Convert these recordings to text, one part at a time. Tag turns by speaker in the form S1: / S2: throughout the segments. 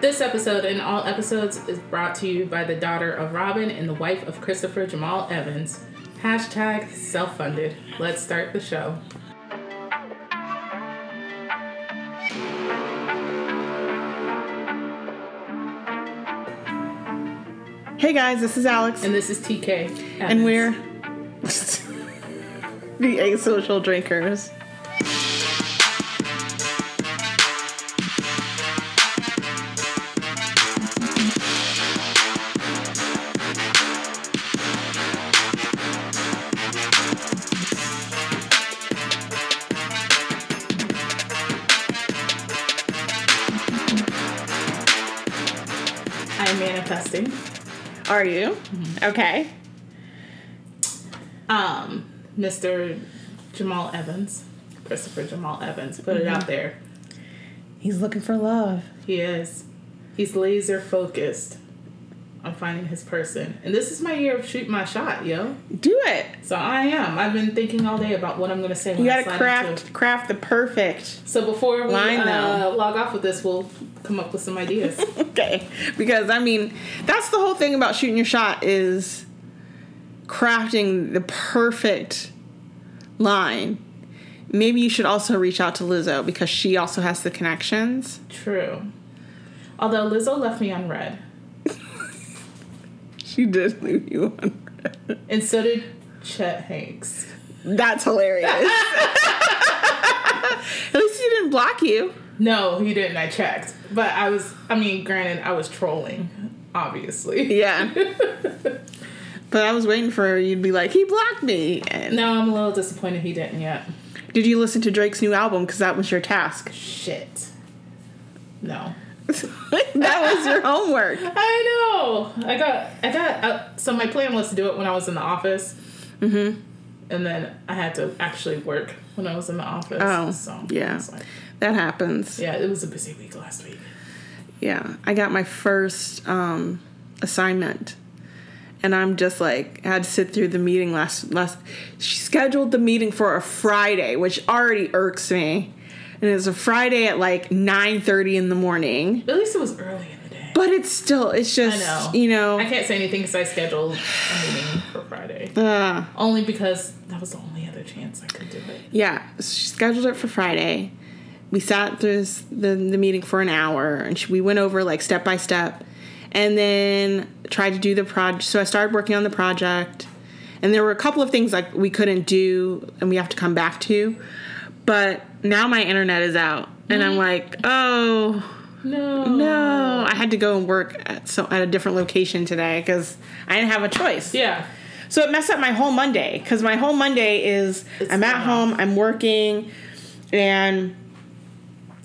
S1: This episode and all episodes is brought to you by the daughter of Robin and the wife of Christopher Jamal Evans. Hashtag self funded. Let's start the show.
S2: Hey guys, this is Alex,
S1: And this is TK.
S2: and
S1: Evans.
S2: we're the asocial drinkers.
S1: I'm manifesting.
S2: Are you okay?
S1: Um, Mr. Jamal Evans, Christopher Jamal Evans, put it
S2: Mm-hmm.
S1: out there.
S2: He's looking for love.
S1: He is. He's laser focused on finding his person. And this is my year of shoot my shot, yo.
S2: Do it.
S1: So I am. I've been thinking all day about what I'm gonna say. When
S2: You
S1: I
S2: gotta
S1: slide
S2: craft
S1: into-
S2: craft the perfect.
S1: So before we
S2: line,
S1: uh,
S2: though.
S1: log off with this, we'll come up with some ideas.
S2: Okay, because I mean, that's the whole thing about shooting your shot is crafting the perfect line. Maybe you should also reach out to Lizzo because she also has the connections.
S1: True. Although Lizzo left me on red,
S2: She did leave you on.
S1: and so did Chet Hanks.
S2: That's hilarious. At least he didn't block you.
S1: No, he didn't. I checked, but I was. I mean, granted, I was trolling, obviously.
S2: Yeah. but I was waiting for you to be like, he blocked me. And
S1: No, I'm a little disappointed he didn't yet.
S2: did you listen to Drake's new album? Because that was your task.
S1: Shit. No.
S2: that was your homework.
S1: I know. I got. I got. Uh, so my plan was to do it when I was in the office. Mm-hmm. And then I had to actually work when I was in the office.
S2: Oh,
S1: so
S2: yeah.
S1: it's like-
S2: That happens.
S1: yeah, it was a busy week last week.
S2: Yeah. I got my first um, assignment. And I'm just like, I had to sit through the meeting last, last. She scheduled the meeting for a Friday, which already irks me. And it was a Friday at like 9.30 in the morning.
S1: At least it was early in the day.
S2: But it's still, it's
S1: I
S2: just,
S1: know.
S2: you know.
S1: I can't say anything because I scheduled a meeting for Friday.
S2: uh,
S1: Only because that was the only other chance I could do it.
S2: yeah, she scheduled it for Friday. We sat through this, the, the meeting for an hour and she, we went over like step by step and then tried to do the project. So I started working on the project and there were a couple of things like we couldn't do and we have to come back to. But now my internet is out and I'm like, oh,
S1: No.
S2: no. I had to go and work at, so, at a different location today because I didn't have a choice.
S1: Yeah.
S2: So it messed up my whole Monday because my whole Monday is
S1: It's
S2: I'm at
S1: off.
S2: home, I'm working, and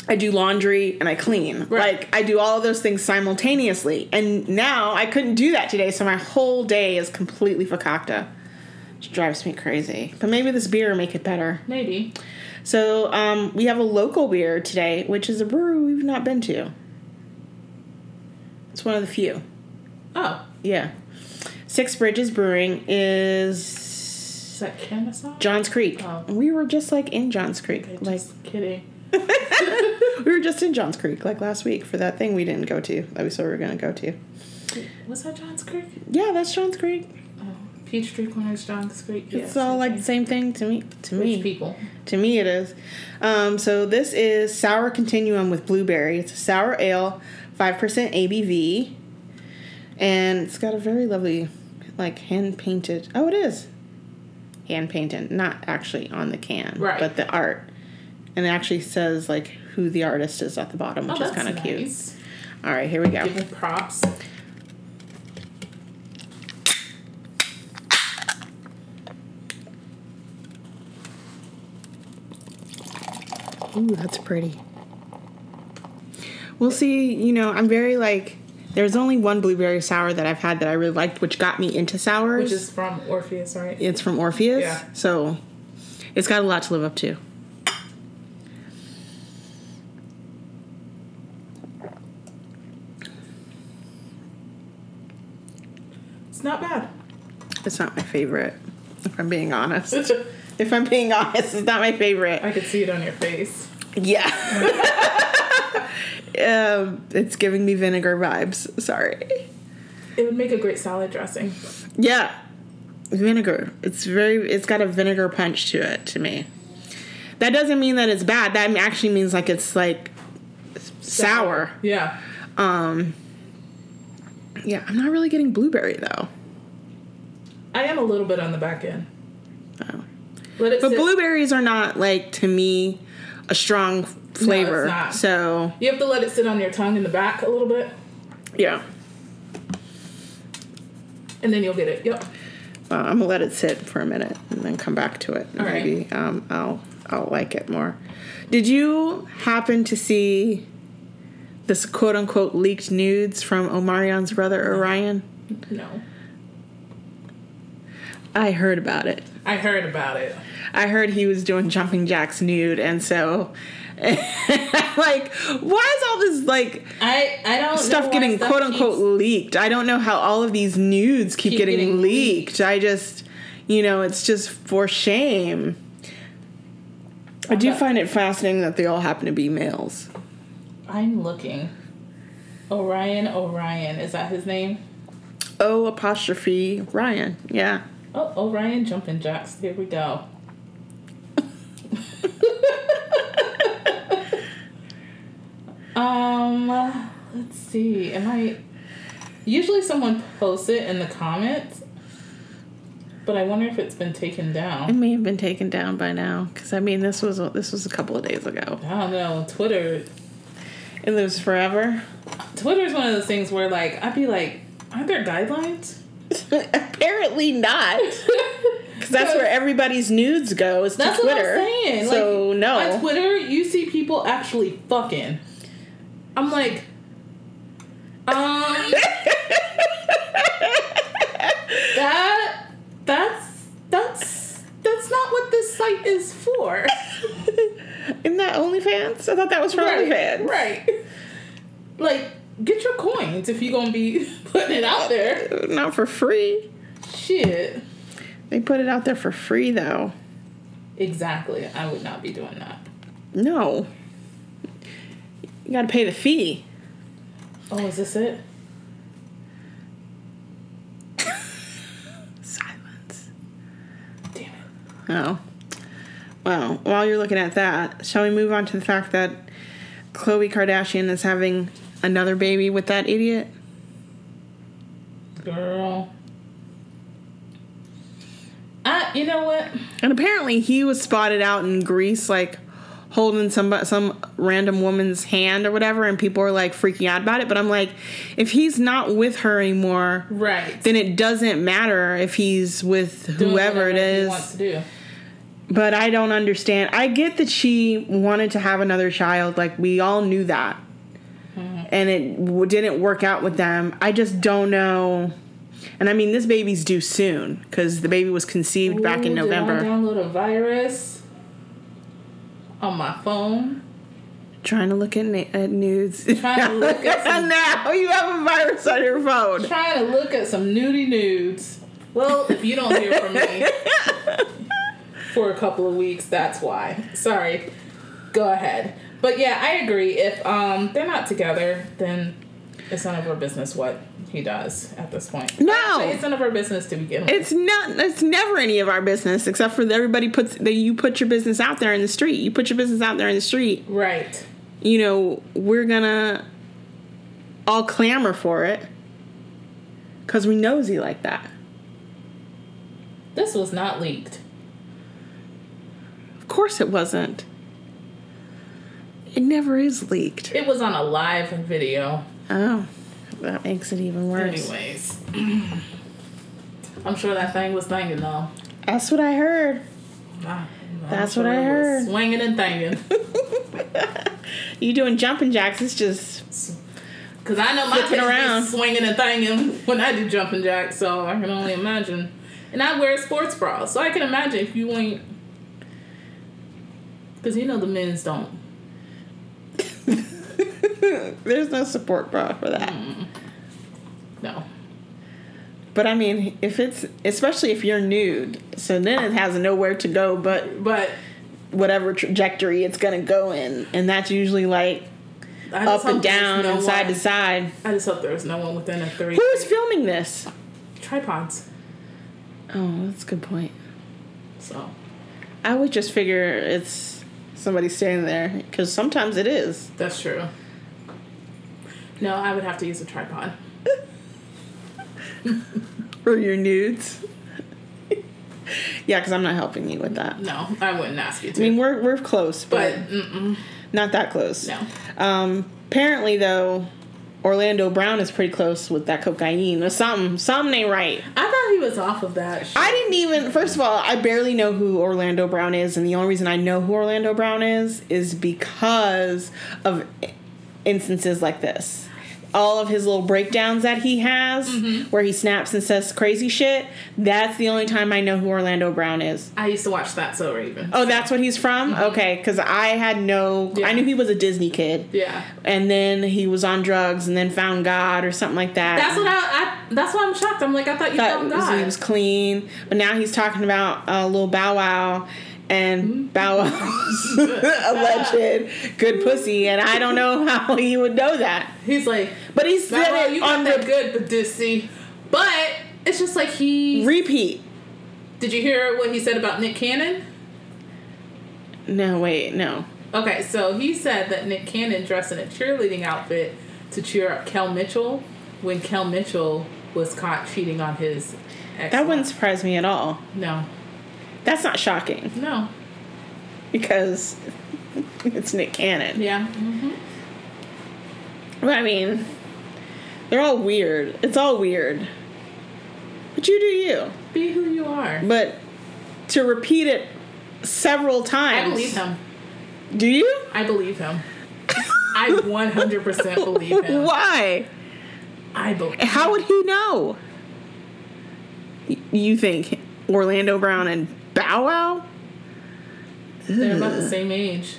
S2: I do laundry and I clean.
S1: Right.
S2: Like I do all of those things simultaneously. And now I couldn't do that today, so my whole day is completely fakakta. Which drives me crazy. But maybe this beer will make it better.
S1: Maybe.
S2: So um, we have a local beer today, which is a brewery we've not been to. It's one of the few.
S1: Oh,
S2: Yeah. Six Bridges Brewing is
S1: is that Kennesaw?
S2: Johns Creek.
S1: Oh.
S2: We were just like in Johns Creek.
S1: Okay,
S2: Like
S1: just kidding.
S2: we were just in Johns Creek like last week for that thing we didn't go to that we said we were gonna go to.
S1: Was that Johns Creek?
S2: Yeah, that's Johns Creek.
S1: Oh, Peachtree Corners, Johns Creek.
S2: it's all like the same thing to me. To
S1: rich
S2: me,
S1: people.
S2: to me it is. Um, so this is sour continuum with blueberry. It's a sour ale, five percent ABV, and it's got a very lovely, like hand painted. Oh, it is hand painted, not actually on the can,
S1: Right.
S2: but the art. And it actually says like who the artist is at the bottom, which
S1: oh,
S2: is
S1: that's
S2: kind of cute.
S1: nice.
S2: All right, here we go.
S1: Give me props.
S2: Ooh, that's pretty. We'll see. You know, I'm very like. There's only one blueberry sour that I've had that I really liked, which got me into sours.
S1: Which is from Orpheus, right?
S2: it's from Orpheus,
S1: Yeah.
S2: so it's got a lot to live up to.
S1: It's not bad.
S2: It's not my favorite, if I'm being honest. if I'm being honest, it's not my favorite.
S1: I could see it on your face.
S2: Yeah. Um, it's giving me vinegar vibes. Sorry.
S1: It would make a great salad dressing.
S2: Yeah, vinegar. It's very. It's got a vinegar punch to it to me. That doesn't mean that it's bad. That actually means like it's like sour.
S1: Yeah.
S2: Um. Yeah, I'm not really getting blueberry though.
S1: I am a little bit on the back end.
S2: Oh.
S1: Let it
S2: But
S1: sit.
S2: blueberries are not like to me a strong flavor.
S1: not.
S2: So
S1: you have to let it sit on your tongue in the back a little bit,
S2: yeah,
S1: and then you'll get it. Yep.
S2: uh, I'm gonna let it sit for a minute and then come back to it.
S1: All right.
S2: Maybe um, I'll I'll like it more. Did you happen to see this quote unquote leaked nudes from Omarion's brother Orion?
S1: No.
S2: I heard about it.
S1: I heard about it.
S2: I heard he was doing jumping jacks nude, and so like, why is all this like?
S1: I I don't know
S2: stuff
S1: why
S2: getting
S1: stuff
S2: quote unquote
S1: keeps-
S2: leaked. I don't know how all of these nudes keep,
S1: Keep
S2: getting,
S1: getting
S2: leaked. I just, you know, it's just for shame. I do
S1: Okay.
S2: find it fascinating that they all happen to be males.
S1: I'm looking. Orion Orion is that his name?
S2: O apostrophe Ryan. Yeah.
S1: Oh, Orion Jumping Jacks. Here we go. um, let's see. Am I? Usually, someone posts it in the comments, but I wonder if it's been taken
S2: It
S1: down.
S2: may have been taken down by now because I mean this was this was a couple of days ago.
S1: I don't know. Twitter.
S2: It lives forever.
S1: Twitter is one of those things where, like, I'd be like, aren't there guidelines?
S2: Apparently not, because that's where everybody's nudes go. Is to
S1: That's
S2: Twitter.
S1: what I'm saying.
S2: So
S1: like,
S2: no.
S1: on Twitter you see people actually fucking. I'm like, um, that that's that's that's not what this site is for.
S2: Isn't that OnlyFans? I thought that was for OnlyFans.
S1: right. Like, get your coins if you're gonna be putting it out there.
S2: Not for free.
S1: Shit.
S2: They put it out there for free though.
S1: Exactly. I would not be doing that.
S2: No. You gotta pay the fee.
S1: Oh, is this it?
S2: Silence.
S1: Damn it.
S2: Oh. Well, while you're looking at that, shall we move on to the fact that Khloe Kardashian is having another baby with that idiot?
S1: Girl. I, you know what?
S2: And apparently he was spotted out in Greece, like holding some some random woman's hand or whatever, and people were like freaking out about it. But I'm like, if he's not with her anymore,
S1: Right.
S2: then it doesn't matter if he's with whoever it
S1: He wants
S2: is.
S1: to do.
S2: But I don't understand. I get that she wanted to have another child. Like, we all knew that.
S1: Mm-hmm.
S2: And it w- didn't work out with them. I just don't know. And I mean, this baby's due soon because the baby was conceived back in
S1: Ooh, did I
S2: November.
S1: download a virus on my phone.
S2: Trying to look at, na- at nudes.
S1: Trying to look at some-
S2: now you have a virus on your phone.
S1: Trying to look at some nudie nudes. Well, if you don't hear from me for a couple of weeks, that's why. Sorry. Go ahead. But yeah, I agree. If um they're not together, then it's none of our business what he does at this point.
S2: No.
S1: Actually, it's none of our business to begin with.
S2: It's not. It's never any of our business except for that everybody puts that you put your business out there in the street. You put your business out there in the street.
S1: right.
S2: You know we're gonna all clamor for it because we nosy like that.
S1: This was not leaked.
S2: Of course it wasn't. It never is leaked.
S1: It was on a live video.
S2: Oh, that makes it even worse.
S1: Anyways. I'm sure that thing was thinking though.
S2: That's what I heard.
S1: Nah, I'm
S2: That's what I
S1: it was
S2: heard.
S1: Swinging and thinking.
S2: You doing jumping jacks? It's just
S1: Because I know my
S2: Flipping
S1: kids
S2: around.
S1: be swinging and thinging when I do jumping jacks, so I can only imagine. And I wear a sports bra, so I can imagine if you ain't. Because you know the men's don't.
S2: there's no support bra for that.
S1: No.
S2: But I mean, if it's especially if you're nude, so then it has nowhere to go but
S1: But
S2: whatever trajectory it's gonna go in, and that's usually like
S1: I just
S2: up and
S1: hope there's
S2: down
S1: no
S2: and side
S1: one-
S2: to side.
S1: I just hope there was no one within a three.
S2: Who is filming this?
S1: tripods?
S2: Oh, that's a good point.
S1: So
S2: I would just figure it's somebody standing there because sometimes it is.
S1: that's true. No, I would have to use a tripod.
S2: Or your nudes. yeah, because I'm not helping you with that.
S1: No, I wouldn't ask you
S2: I
S1: to.
S2: mean, we're we're close,
S1: but
S2: but,
S1: mm-mm,
S2: not that close.
S1: no,
S2: Um, apparently, though, Orlando Brown is pretty close with that cocaine or something. Something ain't right.
S1: I thought he was off of that. sh-
S2: I didn't even. First of all, I barely know who Orlando Brown is, and the only reason I know who Orlando Brown is is because of instances like this. All of his little breakdowns that he has, where he snaps and says crazy shit. That's the only time I know who Orlando Brown is.
S1: I used to watch that so Raven.
S2: Oh, that's what he's from. Okay, because I had no. I
S1: Yeah.
S2: knew he was a Disney kid.
S1: Yeah,
S2: and then he was on drugs and then found God or something like that.
S1: that's what I, I. That's why I'm shocked. I'm like, I thought you
S2: thought
S1: felt
S2: was-
S1: God.
S2: he was clean, but now he's talking about uh, little Bow Wow
S1: Mm-hmm.
S2: and Bow Wow's alleged good pussy, and I don't know how he would know that.
S1: He's like,
S2: But he said
S1: Bow Wow,
S2: it
S1: you got
S2: on
S1: that
S2: the
S1: good, but Dissy. But it's just like he.
S2: repeat.
S1: Did you hear what he said about Nick Cannon?
S2: No, wait, no.
S1: Okay, so he said that Nick Cannon dressed in a cheerleading outfit to cheer up Kel Mitchell when Kel Mitchell was caught cheating on his ex.
S2: That wouldn't surprise me at all.
S1: No,
S2: That's not shocking
S1: no,
S2: because it's Nick Cannon.
S1: yeah, mhm.
S2: But I mean, they're all weird. It's all weird. But you do you.
S1: be who you are.
S2: But to repeat it several
S1: I
S2: times.
S1: believe him.
S2: Do you?
S1: I believe him. I 100% believe him.
S2: Why?
S1: I believe.
S2: How would he know? Y- You think Orlando Brown and Bow Wow?
S1: They're about the same age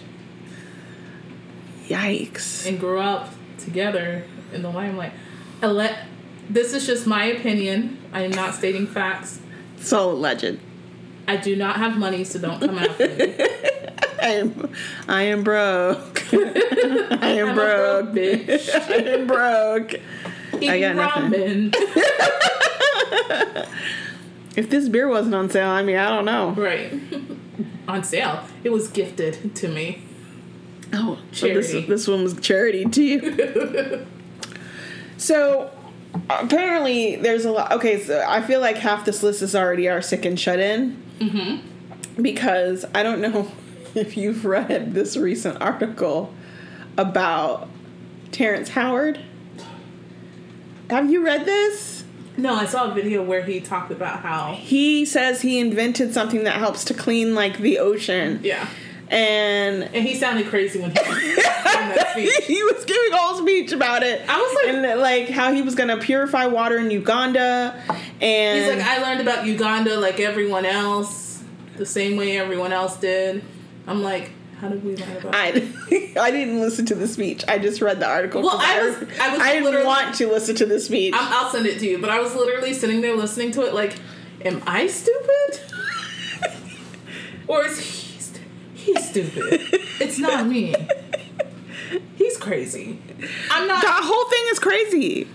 S2: Yikes.
S1: and grew up together in the limelight. Ele- this is just my opinion. I am not stating facts.
S2: It's all a legend.
S1: I do not have money, so don't come after me.
S2: I am, I am broke. I am
S1: I'm a
S2: broke.
S1: broke bitch.
S2: I am broke. I
S1: Eating
S2: got
S1: ramen.
S2: If this beer wasn't on sale, I mean, I don't know.
S1: right. On sale. It was gifted to me.
S2: Oh, so this
S1: Charity.
S2: this one was charity too. so apparently, there's a lot. Okay, so I feel like half this list is already our sick and shut in. Mm-hmm. Because I don't know if you've read this recent article about Terrence Howard. Have you read this?
S1: No, I saw a video where he talked about how.
S2: He says he invented something that helps to clean like the ocean,
S1: Yeah.
S2: and
S1: And he sounded crazy when he was on that speech.
S2: he was giving a whole speech about it.
S1: I was like-
S2: and that, like how he was gonna purify water in Uganda, and
S1: He's like, I learned about Uganda like everyone else, the same way everyone else did. I'm like, how did we learn about
S2: I, I didn't listen to the speech. I just read the article.
S1: Well,
S2: 'cause
S1: I was- I was
S2: I didn't
S1: literally-
S2: want to listen to the speech.
S1: I'm, I'll send it to you, but I was literally sitting there listening to it like, am I stupid? or is he, st- he's stupid? It's not me. He's crazy. I'm not.
S2: that whole thing is crazy.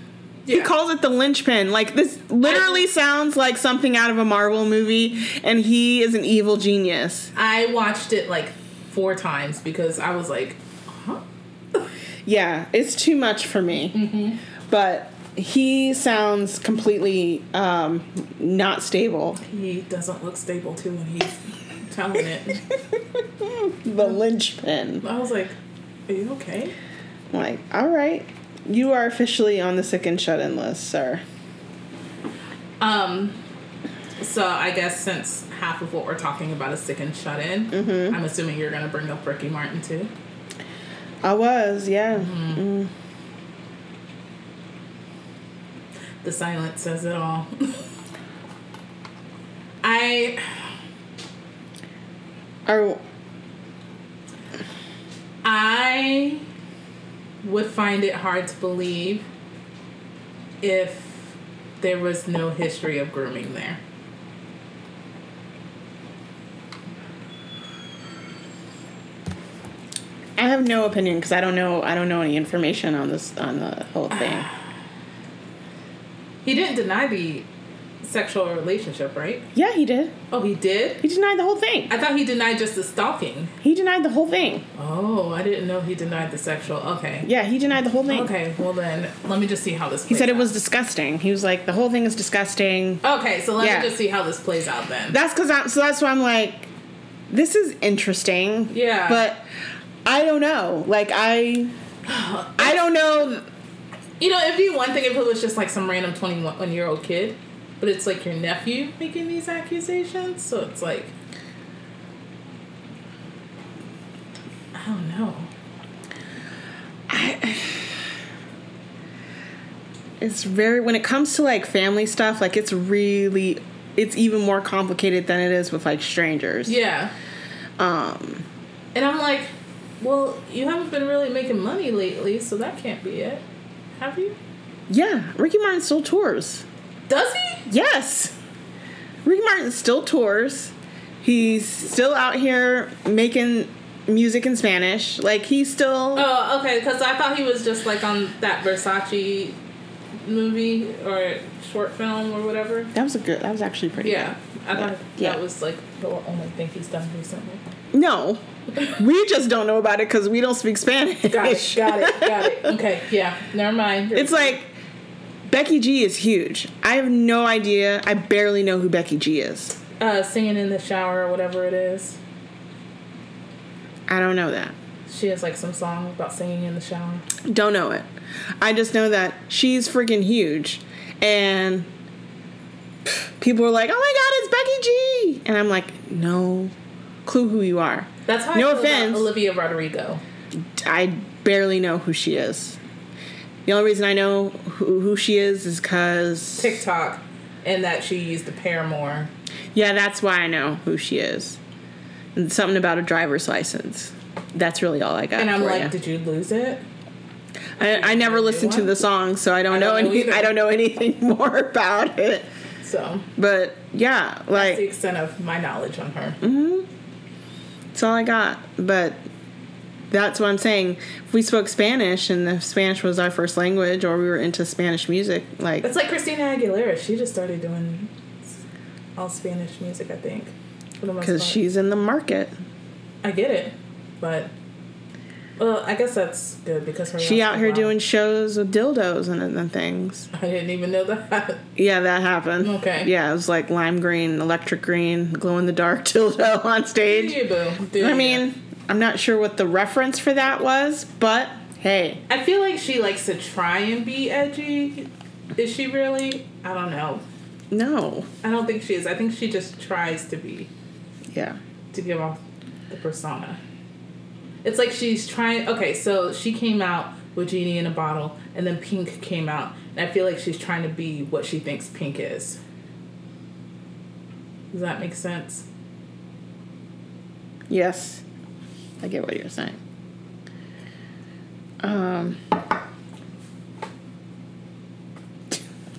S2: He
S1: Yeah.
S2: calls it the linchpin. Like this literally sounds like something out of a Marvel movie, and he is an evil genius.
S1: I watched it like four times because I was like, huh?
S2: Yeah, it's too much for me.
S1: Mm-hmm.
S2: But he sounds completely um, not stable.
S1: He doesn't look stable too when he's telling it.
S2: the
S1: Mm-hmm.
S2: linchpin.
S1: I was like, are you okay?
S2: I'm like, all right, you are officially on the sick and shut in list, sir.
S1: Um, so I guess since half of what we're talking about is sick and shut in, I'm assuming you're gonna bring up Ricky Martin too.
S2: I was, yeah.
S1: Mm-hmm. The silence says it all. I
S2: Or
S1: I would find it hard to believe if there was no history of grooming there.
S2: I have no opinion because I don't know. I don't know any information on this on the whole thing.
S1: He didn't deny the sexual relationship, right?
S2: Yeah, he did.
S1: Oh, he did?
S2: He denied the whole thing.
S1: I thought he denied just the stalking.
S2: He denied the whole thing.
S1: Oh, I didn't know he denied the sexual. Okay.
S2: Yeah, he denied the whole thing.
S1: Okay, well then, let me just see how this plays
S2: He said it
S1: out.
S2: was disgusting. He was like, the whole thing is disgusting.
S1: Okay, so let
S2: Yeah.
S1: me just see how this plays out then.
S2: That's because I'm. So that's why I'm like, this is interesting.
S1: Yeah.
S2: But I don't know. Like I, I don't know.
S1: you know, it'd be one thing if it was just like some random 21 year old kid, but it's like your nephew making these accusations, so it's like. I don't know.
S2: It's very when it comes to like family stuff. Like it's really, it's even more complicated than it is with like strangers.
S1: Yeah.
S2: Um.
S1: And I'm like, well, you haven't been really making money lately, so that can't be it. Have you?
S2: Yeah. Ricky Martin still tours.
S1: Does he?
S2: Yes. Ricky Martin still tours. He's still out here making music in Spanish. Like he's still
S1: Oh, okay, because I thought he was just like on that Versace movie or short film or whatever.
S2: That was a good that was actually pretty
S1: Yeah, I thought
S2: Yeah.
S1: that was like the only thing he's done recently.
S2: good. No. we just don't know about it cuz we don't speak Spanish.
S1: Got it, got it, got it. Okay, yeah, never mind.
S2: It's like Becky G is huge. I have no idea. I barely know who Becky G is.
S1: uh, singing in the shower or whatever it is.
S2: I don't know that.
S1: She has like some song about singing in the shower.
S2: Don't know it. I just know that she's freaking huge. And people are like, oh my God, it's Becky G. And I'm like, no clue who you are.
S1: That's how
S2: No
S1: I feel about
S2: offense.
S1: Olivia Rodrigo.
S2: I barely know who she is. The only reason I know who, who she is is because.
S1: TikTok, and that she used the Paramore.
S2: Yeah, that's why I know who she is. And something about a driver's license. That's really all I got.
S1: And I'm
S2: for
S1: like,
S2: ya.
S1: did you lose it?
S2: I, I never listened to the song, so I don't, know,
S1: don't know
S2: any,
S1: either.
S2: I don't know anything more about it.
S1: So
S2: But yeah, like
S1: that's the extent of my knowledge on her.
S2: Mm-hmm. That's all I got. But that's what I'm saying. If we spoke Spanish and if Spanish was our first language or we were into Spanish music, like
S1: It's like Christina Aguilera. She just started doing all Spanish music, I think. For the most
S2: because
S1: part.
S2: she's in the market.
S1: I get it, but well, I guess that's good because her
S2: She
S1: last
S2: out here
S1: album-
S2: doing shows with dildos and, and things.
S1: I didn't even know that.
S2: Yeah, that happened.
S1: Okay.
S2: Yeah, it was like lime green, electric green, glow in the dark dildo on stage.
S1: Yeah, boo. Dude,
S2: I mean, I'm not sure what the reference for that was, but hey,
S1: I feel like she likes to try and be edgy. Is she really? I don't know.
S2: no.
S1: I don't think she is. I think she just tries to be
S2: Yeah.
S1: to give off the persona. It's like she's trying. Okay, so she came out with Genie in a bottle, and then Pink came out, and I feel like she's trying to be what she thinks Pink is. Does that make sense?
S2: Yes. I get what you're saying. Um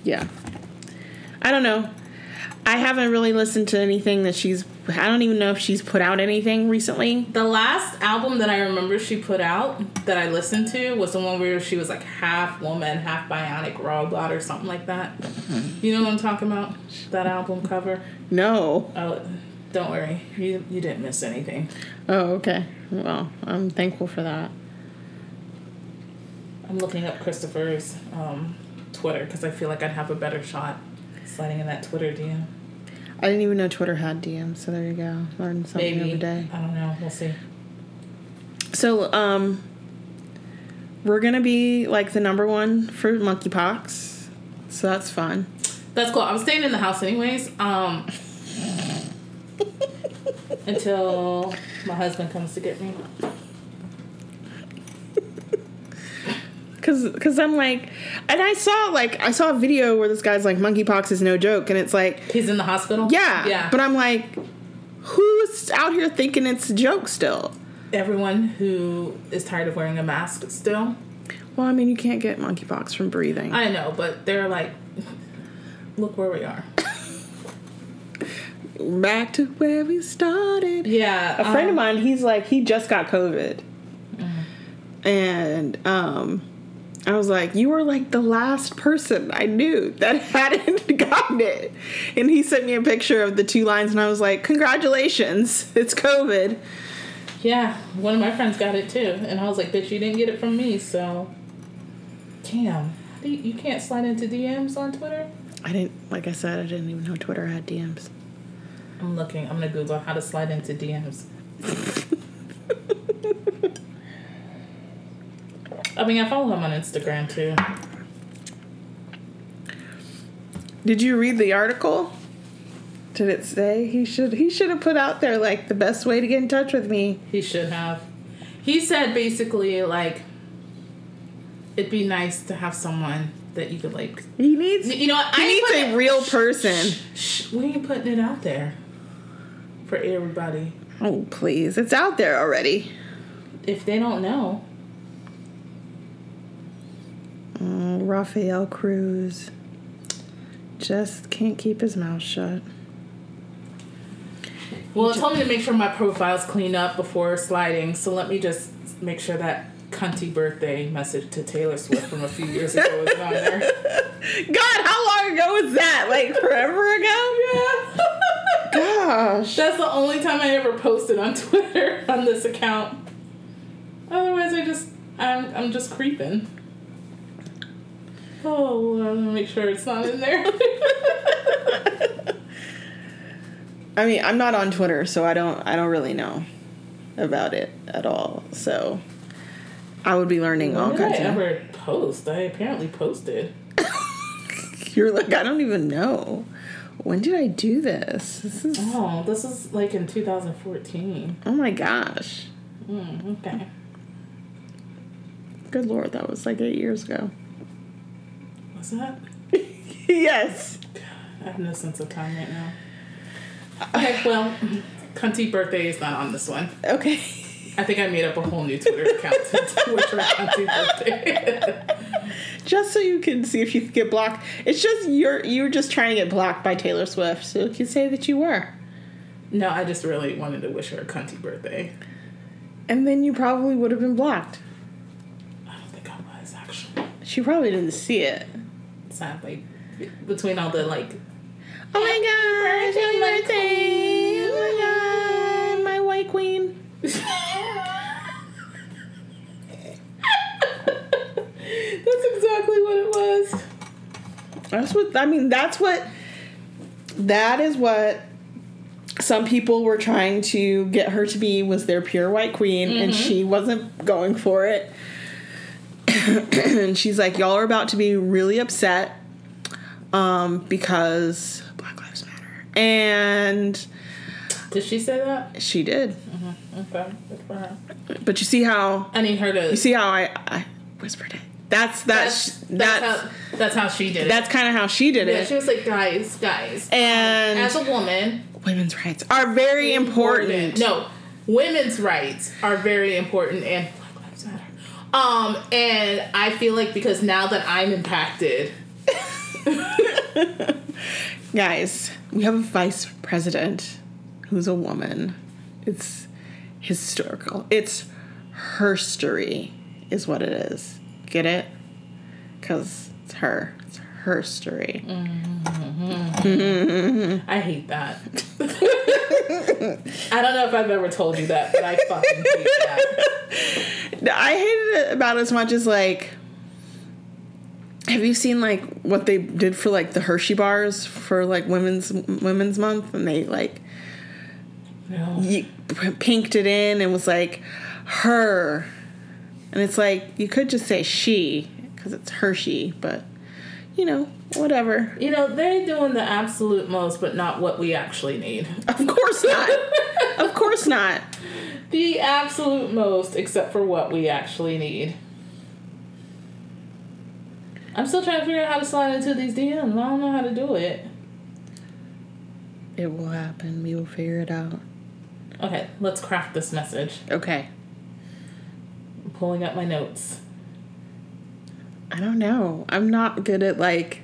S2: Yeah. I don't know. I haven't really listened to anything that she's I don't even know if she's put out anything recently.
S1: The last album that I remember she put out that I listened to was the one where she was like half woman, half bionic robot or something like that. You know what I'm talking about? That album cover.
S2: No.
S1: Oh, don't worry, you you didn't miss anything.
S2: Oh, okay. Well, I'm thankful for that.
S1: I'm looking up Christopher's um, Twitter because I feel like I'd have a better shot sliding in that Twitter DM.
S2: I didn't even know Twitter had DMs, so there you go. Learned something
S1: Maybe
S2: every day.
S1: I don't know. We'll see.
S2: So, um, we're gonna be like the number one for monkeypox, so that's fun.
S1: That's cool. I'm staying in the house anyways. Um, until my husband comes to get me.
S2: Cause, cause I'm like, and I saw like I saw a video where this guy's like monkeypox is no joke, and it's like,
S1: He's in the hospital.
S2: yeah,
S1: yeah.
S2: But I'm like, who's out here thinking it's a joke still?
S1: everyone who is tired of wearing a mask still.
S2: Well, I mean, you can't get monkeypox from breathing.
S1: I know, but they're like, look where we are.
S2: Back to where we started.
S1: Yeah,
S2: A
S1: um,
S2: friend of mine, he's like, he just got COVID. and um I was like, you were like the last person I knew that hadn't gotten it. And he sent me a picture of the two lines, and I was like, congratulations, it's COVID.
S1: Yeah, one of my friends got it too, and I was like, "Bitch, you didn't get it from me." So, damn, Do you you can't slide into DMs on Twitter.
S2: I didn't, like I said, I didn't even know Twitter had DMs.
S1: I'm looking. I'm gonna Google how to slide into DMs. I mean, I follow him on Instagram too.
S2: Did you read the article? Did it say he should he should have put out there like the best way to get in touch with me?
S1: He should have. He said basically like, it'd be nice to have someone that you could like.
S2: He needs
S1: You know, what?
S2: he
S1: I ain't
S2: needs
S1: putting
S2: a
S1: it-
S2: real person.
S1: Shh, we ain't putting it out there for everybody.
S2: Oh please, it's out there already.
S1: If they don't know,
S2: Oh, Rafael Cruz just can't keep his mouth shut.
S1: Well, it told me to make sure my profile's clean up before sliding, so let me just make sure that cunty birthday message to Taylor Swift from a few years ago is on there.
S2: God, how long ago was that? Like forever ago? Gosh.
S1: That's the only time I ever posted on Twitter on this account. Otherwise, I just I'm I'm just creeping. Oh, Lord, I'm gonna make sure it's not in there.
S2: I mean, I'm not on Twitter, so I don't I don't really know about it at all. So I would be learning all
S1: When did I
S2: kinds of
S1: ever post? I apparently posted.
S2: You're like, I don't even know. When did I do this? This is
S1: Oh, this is like in 2014.
S2: oh my gosh.
S1: Mm, okay.
S2: Good lord, that was like eight years ago.
S1: What's that?
S2: yes.
S1: I have no sense of time right now. Okay, well, cunty birthday is not on this one.
S2: Okay.
S1: I think I made up a whole new Twitter account to wish her cunty birthday.
S2: Just so you can see if you get blocked. It's just you're you were just trying to get blocked by Taylor Swift, so you can say that you were.
S1: no, I just really wanted to wish her a cunty birthday.
S2: And then you probably would have been blocked.
S1: I don't think I was actually.
S2: She probably didn't see it.
S1: Sadly, between all the like,
S2: Oh my gosh, happy birthday! Oh my god, my white queen.
S1: that's exactly what it was.
S2: That's what I mean. That's what. That is what some people were trying to get her to be was their pure white queen,
S1: Mm-hmm.
S2: and she wasn't going for it. and she's like, "Y'all are about to be really upset um, because Black Lives Matter," and
S1: Did she say that?
S2: she did.
S1: Okay, good for her.
S2: But you see how
S1: I need her to.
S2: you see how I, I whispered it. That's that's that's that's,
S1: that's, how, that's how she did it.
S2: kind of how she did
S1: Yeah,
S2: it.
S1: she was like, guys, guys.
S2: and
S1: As a woman,
S2: women's rights are very important.
S1: No, women's rights are very important, and Black Lives Matter. Um, and I feel like because now that I'm impacted,
S2: Guys, we have a vice president who's a woman. It's historical. It's herstory is what it is. Get it? Cuz it's her. It's herstory.
S1: I hate that. I don't know if I've ever told you that, but I fucking hate that.
S2: I hated it about as much as like have you seen like what they did for like the Hershey bars for like women's women's month and they like
S1: No.
S2: you pinked it in and was like her and it's like you could just say she because it's hershey but you know whatever
S1: You know, they're doing the absolute most, but not what we actually need.
S2: of course not of course not
S1: The absolute most, except for what we actually need. I'm still trying to figure out how to slide into these DMs. I don't know how to do it.
S2: it will happen we will figure it out
S1: Okay, let's craft this message.
S2: okay
S1: I'm pulling up my notes.
S2: i don't know i'm not good at like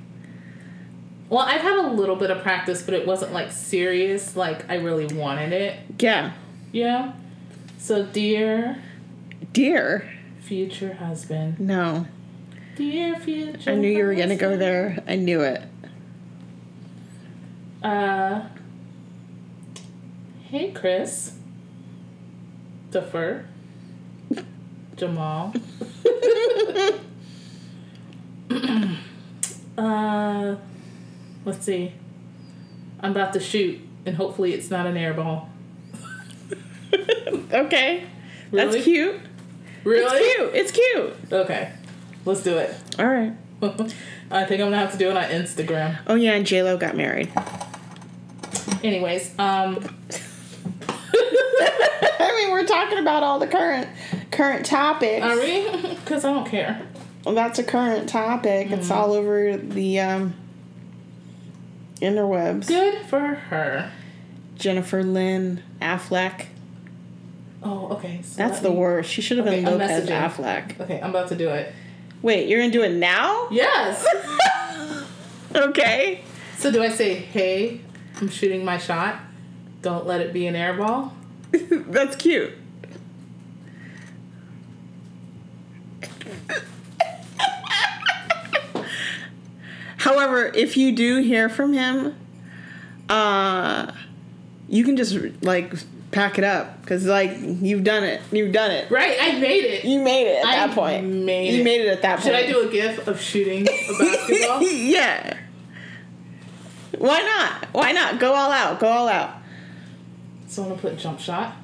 S1: Well, I've had a little bit of practice, but it wasn't like serious, like I really wanted it,
S2: yeah
S1: you know? So, dear
S2: dear
S1: future husband.
S2: No.
S1: Dear future.
S2: I knew you were going to go there. I knew it.
S1: Uh, hey, Chris. Defer. Jamal. uh, let's see. I'm about to shoot, and hopefully it's not an airball.
S2: Okay.
S1: Really?
S2: That's cute.
S1: Really?
S2: It's cute. It's cute.
S1: Okay, let's do it.
S2: All right.
S1: I think I'm gonna have to do it on Instagram.
S2: Oh, yeah, and Lo got married.
S1: Anyways, um,
S2: I mean, we're talking about all the current current topics.
S1: are we? Because I don't care.
S2: Well, that's a current topic.
S1: Hmm.
S2: It's all over the um, interwebs.
S1: Good for her.
S2: Jennifer Lynn Affleck.
S1: Oh, okay. So
S2: That's
S1: let
S2: the
S1: me-
S2: worst. She should have
S1: Okay,
S2: been
S1: I'm
S2: Lopez
S1: messaging.
S2: Affleck.
S1: Okay, I'm about to do it.
S2: Wait, you're gonna do it now?
S1: Yes.
S2: Okay.
S1: so do I say, "Hey, I'm shooting my shot. Don't let it be an airball."
S2: that's cute. However, if you do hear from him, uh, you can just like pack it up because like you've done it. You've done it.
S1: Right. I made it.
S2: You made it at
S1: I
S2: that point.
S1: made
S2: you
S1: it.
S2: made it at that
S1: Should
S2: point.
S1: I do a gif of shooting a basketball?
S2: yeah. Why not? Why not? Go all out. Go all out.
S1: so I'm gonna put jump shot.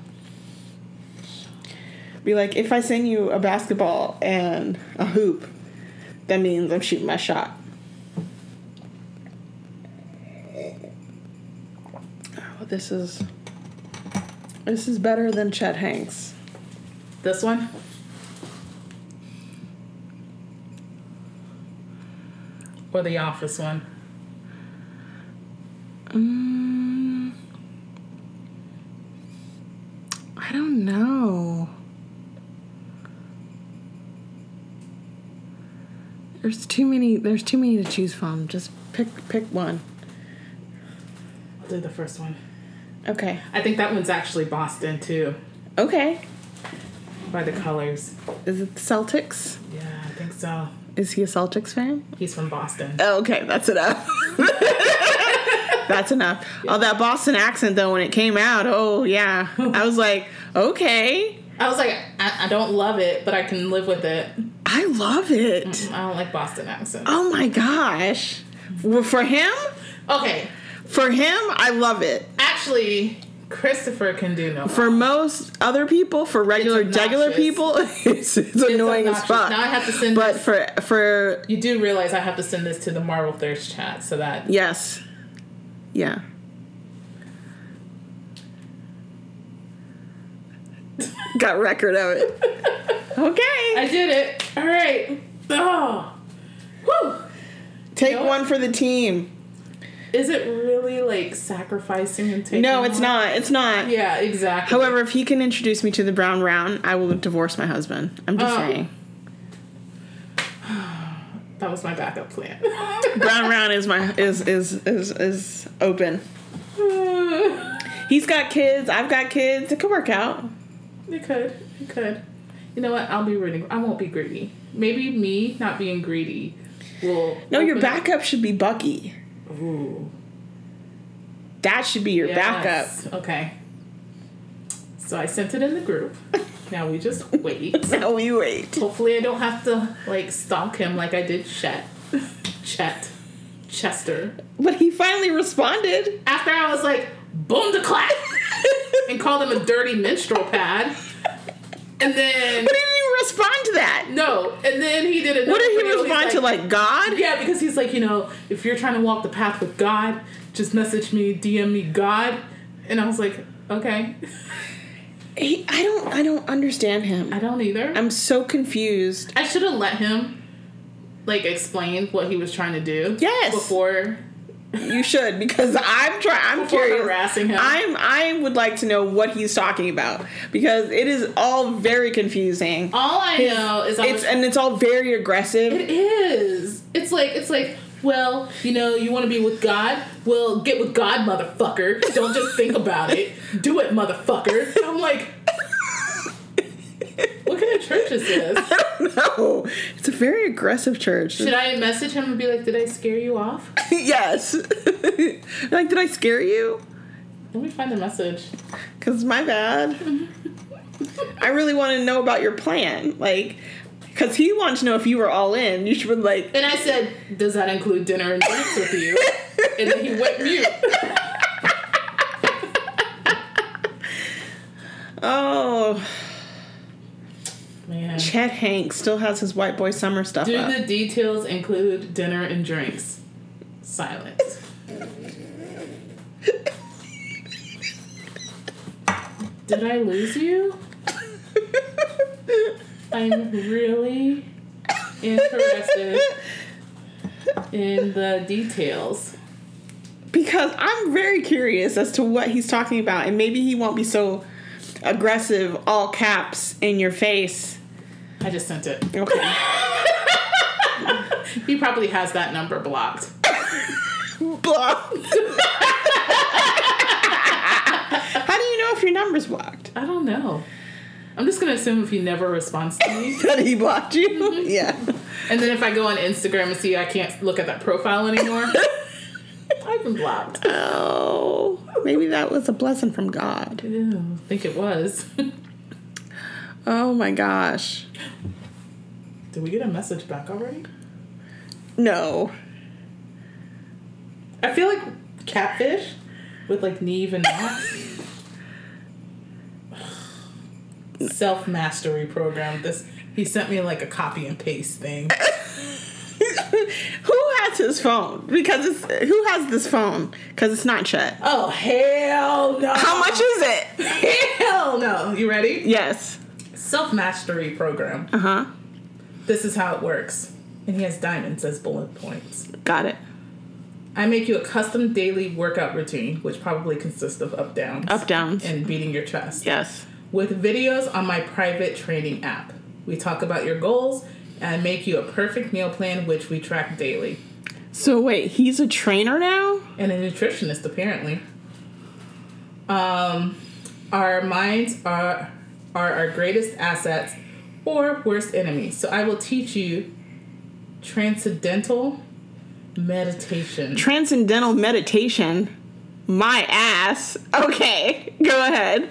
S2: Be like, if I send you a basketball and a hoop, that means I'm shooting my shot. Oh, this is this is better than Chet Hanks.
S1: This one. Or the office one.
S2: Mm, I don't know. There's too many. There's too many to choose from. Just pick pick one.
S1: I'll do the first one.
S2: Okay.
S1: I think that one's actually Boston too,
S2: Okay.
S1: by the colors.
S2: Is it the Celtics?
S1: Yeah, I think so.
S2: Is he a Celtics fan?
S1: He's from Boston.
S2: Oh, okay, that's enough. that's enough. Oh, that Boston accent though, when it came out, oh yeah, I was like, okay,
S1: I was like, I, I don't love it, but I can live with it.
S2: I love it.
S1: I don't like Boston accent.
S2: Oh my gosh, Well, for him,
S1: Okay,
S2: for him, I love it.
S1: actually, Christopher can do no.
S2: For most other people, for regular
S1: It's obnoxious.
S2: regular people, it's, it's, annoying as
S1: obnoxious.
S2: fuck.
S1: Now I have to send
S2: But
S1: this-
S2: for for
S1: You do realize I have to send this to the Marvel Thirst chat so that
S2: yes, yeah. Got record of it. Okay.
S1: I did it. All right. Oh. Whew.
S2: Take
S1: Nope.
S2: one for the team.
S1: Is it really like sacrificing and taking?
S2: No, it's
S1: one?
S2: not. It's not.
S1: Yeah, exactly.
S2: However, if he can introduce me to the brown round, I will divorce my husband. I'm just
S1: Oh.
S2: saying.
S1: that was my backup plan.
S2: Brown round is my is is is is open. He's got kids. I've got kids. It could work out.
S1: It could. It could. You know what? I'll be rooting. I won't be greedy. Maybe me not being greedy will.
S2: No, your
S1: open up-
S2: backup should be Bucky.
S1: Ooh.
S2: That should be your backup.
S1: Yes. Okay. So I sent it in the group. Now we just wait.
S2: Now we Oh, wait.
S1: Hopefully, I don't have to like stalk him like I did Chet. Chet. Chester.
S2: But he finally responded.
S1: After I was like, boom the clap! and called him a dirty minstrel pad. And then.
S2: But he didn't even respond to that.
S1: No, and then he did another.
S2: What did he
S1: video. He's
S2: respond to? Like God?
S1: Yeah, because he's like, you know, if you're trying to walk the path with God, just message me, DM me God. And I was like, okay,
S2: He, I don't. I don't understand him.
S1: I don't either.
S2: I'm so confused.
S1: I should have let him, like, explain what he was trying to do.
S2: Yes.
S1: Before,
S2: You should because I'm trying. I'm
S1: before
S2: curious.
S1: harassing him.
S2: I'm. I would like to know what he's talking about because it is all very confusing.
S1: all I know is I
S2: It's
S1: was
S2: and it's all very aggressive.
S1: It is. It's like it's like. Well, you know, you want to be with God. Well, get with God, motherfucker. Don't just think about it. Do it, motherfucker. I'm like, what kind of church this is.
S2: no, it's a very aggressive church.
S1: Should I message him and be like, "Did I scare you off?"
S2: yes. like, did I scare you?
S1: Let me find the message.
S2: Cause my bad. I really want to know about your plan, like, cause he wanted to know if you were all in. You should have been like,
S1: And I said, "Does that include dinner and drinks with you?" And then he went mute.
S2: oh,
S1: Man,
S2: Chet Hanks still has his white boy summer stuff
S1: do
S2: up.
S1: the details include dinner and drinks? Silence. Did I lose you? I'm really interested in the details.
S2: because I'm very curious as to what he's talking about, and maybe he won't be so aggressive, all caps in your face.
S1: I just sent it.
S2: Okay.
S1: He probably has that number blocked.
S2: blocked. How do you know if your number's blocked?
S1: I don't know. I'm just gonna assume if he never responds to me.
S2: That he blocked you? Yeah.
S1: And then if I go on Instagram and see I can't look at that profile anymore, I've been blocked.
S2: Oh, maybe that was a blessing from God.
S1: Ew, I think it was.
S2: Oh my gosh.
S1: Did we get a message back already?
S2: No.
S1: I feel like catfish with like Neve and Knox. Self mastery program. This he sent me like a copy and paste thing.
S2: who has his phone? Because it's who has this phone? Because it's not Chet.
S1: Oh hell no!
S2: How much is it?
S1: Hell no! You ready?
S2: Yes.
S1: Self mastery program.
S2: Uh huh.
S1: This is how it works. And he has diamonds as bullet points.
S2: Got it.
S1: I make you a custom daily workout routine, which probably consists of up downs
S2: Up downs.
S1: and beating your chest.
S2: Yes.
S1: with videos on my private training app. We talk about your goals and make you a perfect meal plan, which we track daily.
S2: So wait, he's a trainer now?
S1: And a nutritionist, apparently. Um, our minds are, are our greatest assets or worst enemies. So I will teach you transcendental meditation.
S2: Transcendental meditation. My ass. Okay, go ahead.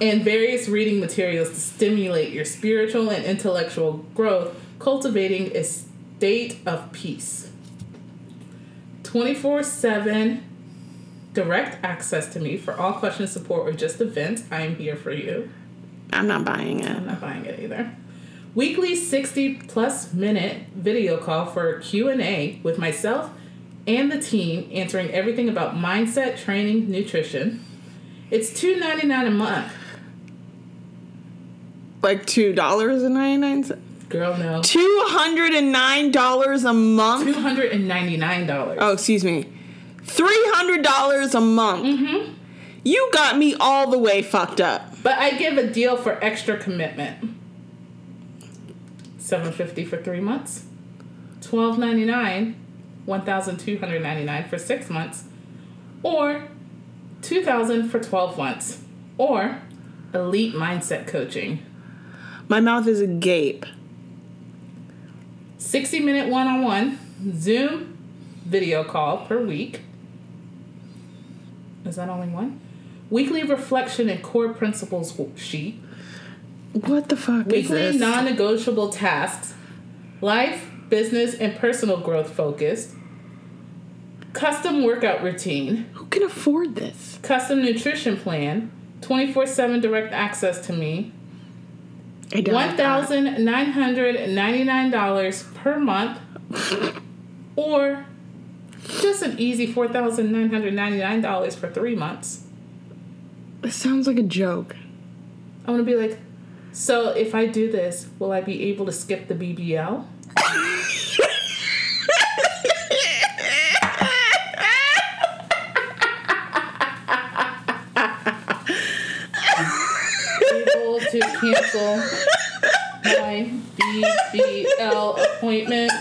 S1: and various reading materials to stimulate your spiritual and intellectual growth, cultivating a state of peace. 24 7 direct access to me for all questions, support, or just events. I am here for you.
S2: I'm not buying it.
S1: I'm not buying it either. Weekly 60 plus minute video call for Q&A with myself and the team answering everything about mindset, training, nutrition. It's $2.99 a month.
S2: Like two dollars and ninety nine cents.
S1: Girl, no.
S2: Two hundred and nine dollars a month.
S1: Two hundred and ninety nine dollars.
S2: Oh, excuse me. Three hundred dollars a month.
S1: Mm-hmm.
S2: You got me all the way fucked up.
S1: But I give a deal for extra commitment. Seven fifty for three months. Twelve ninety nine. One thousand two hundred ninety nine for six months. Or two thousand for twelve months. Or elite mindset coaching.
S2: My mouth is agape.
S1: 60 minute one on one Zoom video call per week. Is that only one? Weekly reflection and core principles sheet.
S2: What the fuck is
S1: Weekly
S2: this?
S1: non negotiable tasks. Life, business, and personal growth focused. Custom workout routine.
S2: Who can afford this?
S1: Custom nutrition plan. 24 7 direct access to me.
S2: I don't. like that.
S1: $1,999 per month or just an easy $4,999 for three months.
S2: This sounds like a joke.
S1: I want to be like, so if I do this, will I be able to skip the BBL? able to cancel my BBL appointment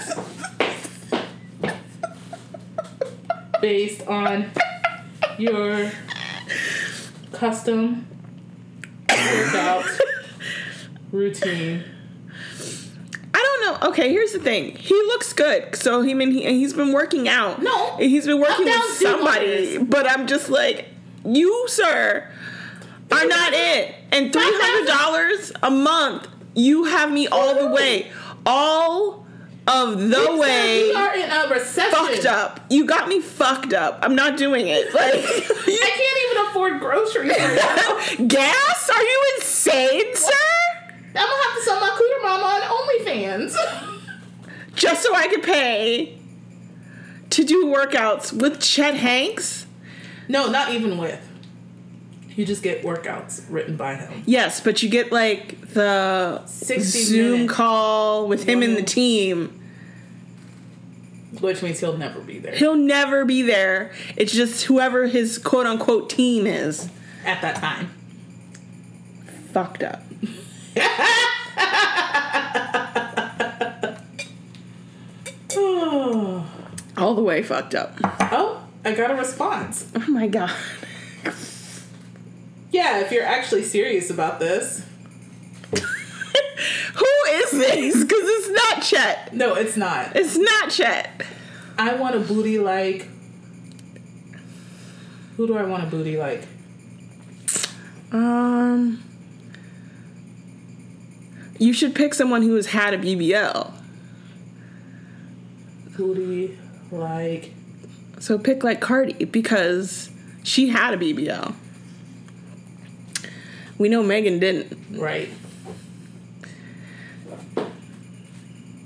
S1: based on your custom workout routine.
S2: I don't know. Okay, here's the thing. He looks good, so he I mean he, he's been working out.
S1: No.
S2: he's been working
S1: Up
S2: with
S1: down
S2: somebody.
S1: two-hunters.
S2: But I'm just like, you sir, are not it. And three hundred dollars a month, you have me all the way, all of the
S1: We
S2: way.
S1: are in a recession.
S2: Fucked up. You got me fucked up. I'm not doing it. Like you-
S1: I can't even afford groceries. right now.
S2: gas? Are you insane, sir?
S1: I'm gonna have to sell my cooter mama on OnlyFans.
S2: just so I could pay to do workouts with Chet Hanks?
S1: no, not even with. You just get workouts written by him.
S2: Yes, but you get like the
S1: 60
S2: Zoom
S1: minutes.
S2: call with him and the team.
S1: Which means he'll never be there
S2: He'll never be there. It's just whoever his quote unquote team is.
S1: at that time.
S2: Fucked up.
S1: oh,
S2: All the way fucked up.
S1: I got a response.
S2: Oh my god.
S1: Yeah, if you're actually serious about this.
S2: Who is this? Because it's not Chet.
S1: No, it's not.
S2: It's not Chet.
S1: I want a booty like. Who do I want a booty like?
S2: Um. You should pick someone who has had a BBL.
S1: Booty like.
S2: So pick like Cardi because she had a BBL. We know Megan didn't.
S1: Right.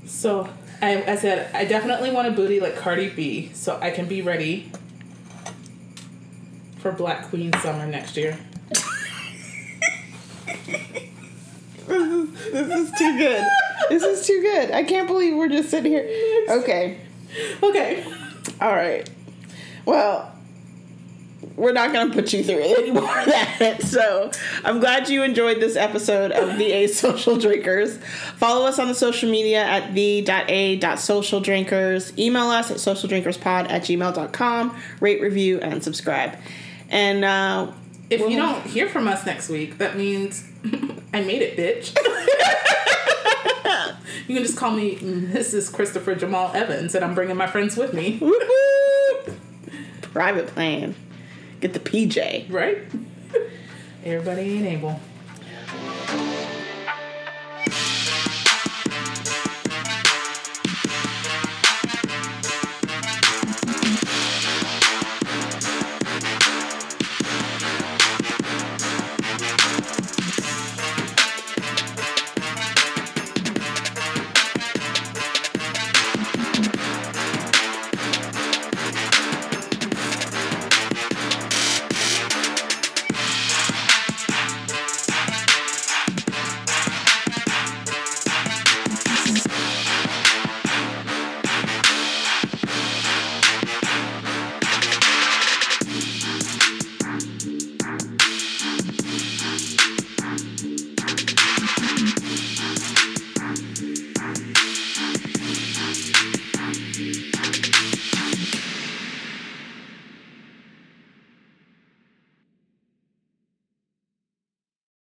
S1: So I, I said I definitely want a booty like Cardi B, so I can be ready for Black Queen summer next year.
S2: This is too good. This is too good. I can't believe we're just sitting here. Okay.
S1: Okay.
S2: All right. Well, we're not going to put you through any more of that. So I'm glad you enjoyed this episode of the A Social Drinkers. Follow us on the social media at the.a.social drinkers. Email us at socialdrinkerspod at gmail.com. Rate, review, and subscribe. And uh,
S1: If you don't hear from us next week, that means I made it, bitch. you can just call me Mrs. Christopher Jamal Evans, and I'm bringing my friends with me.
S2: whoop, whoop. private plan. Get the PJ.
S1: Right? Everybody ain't able.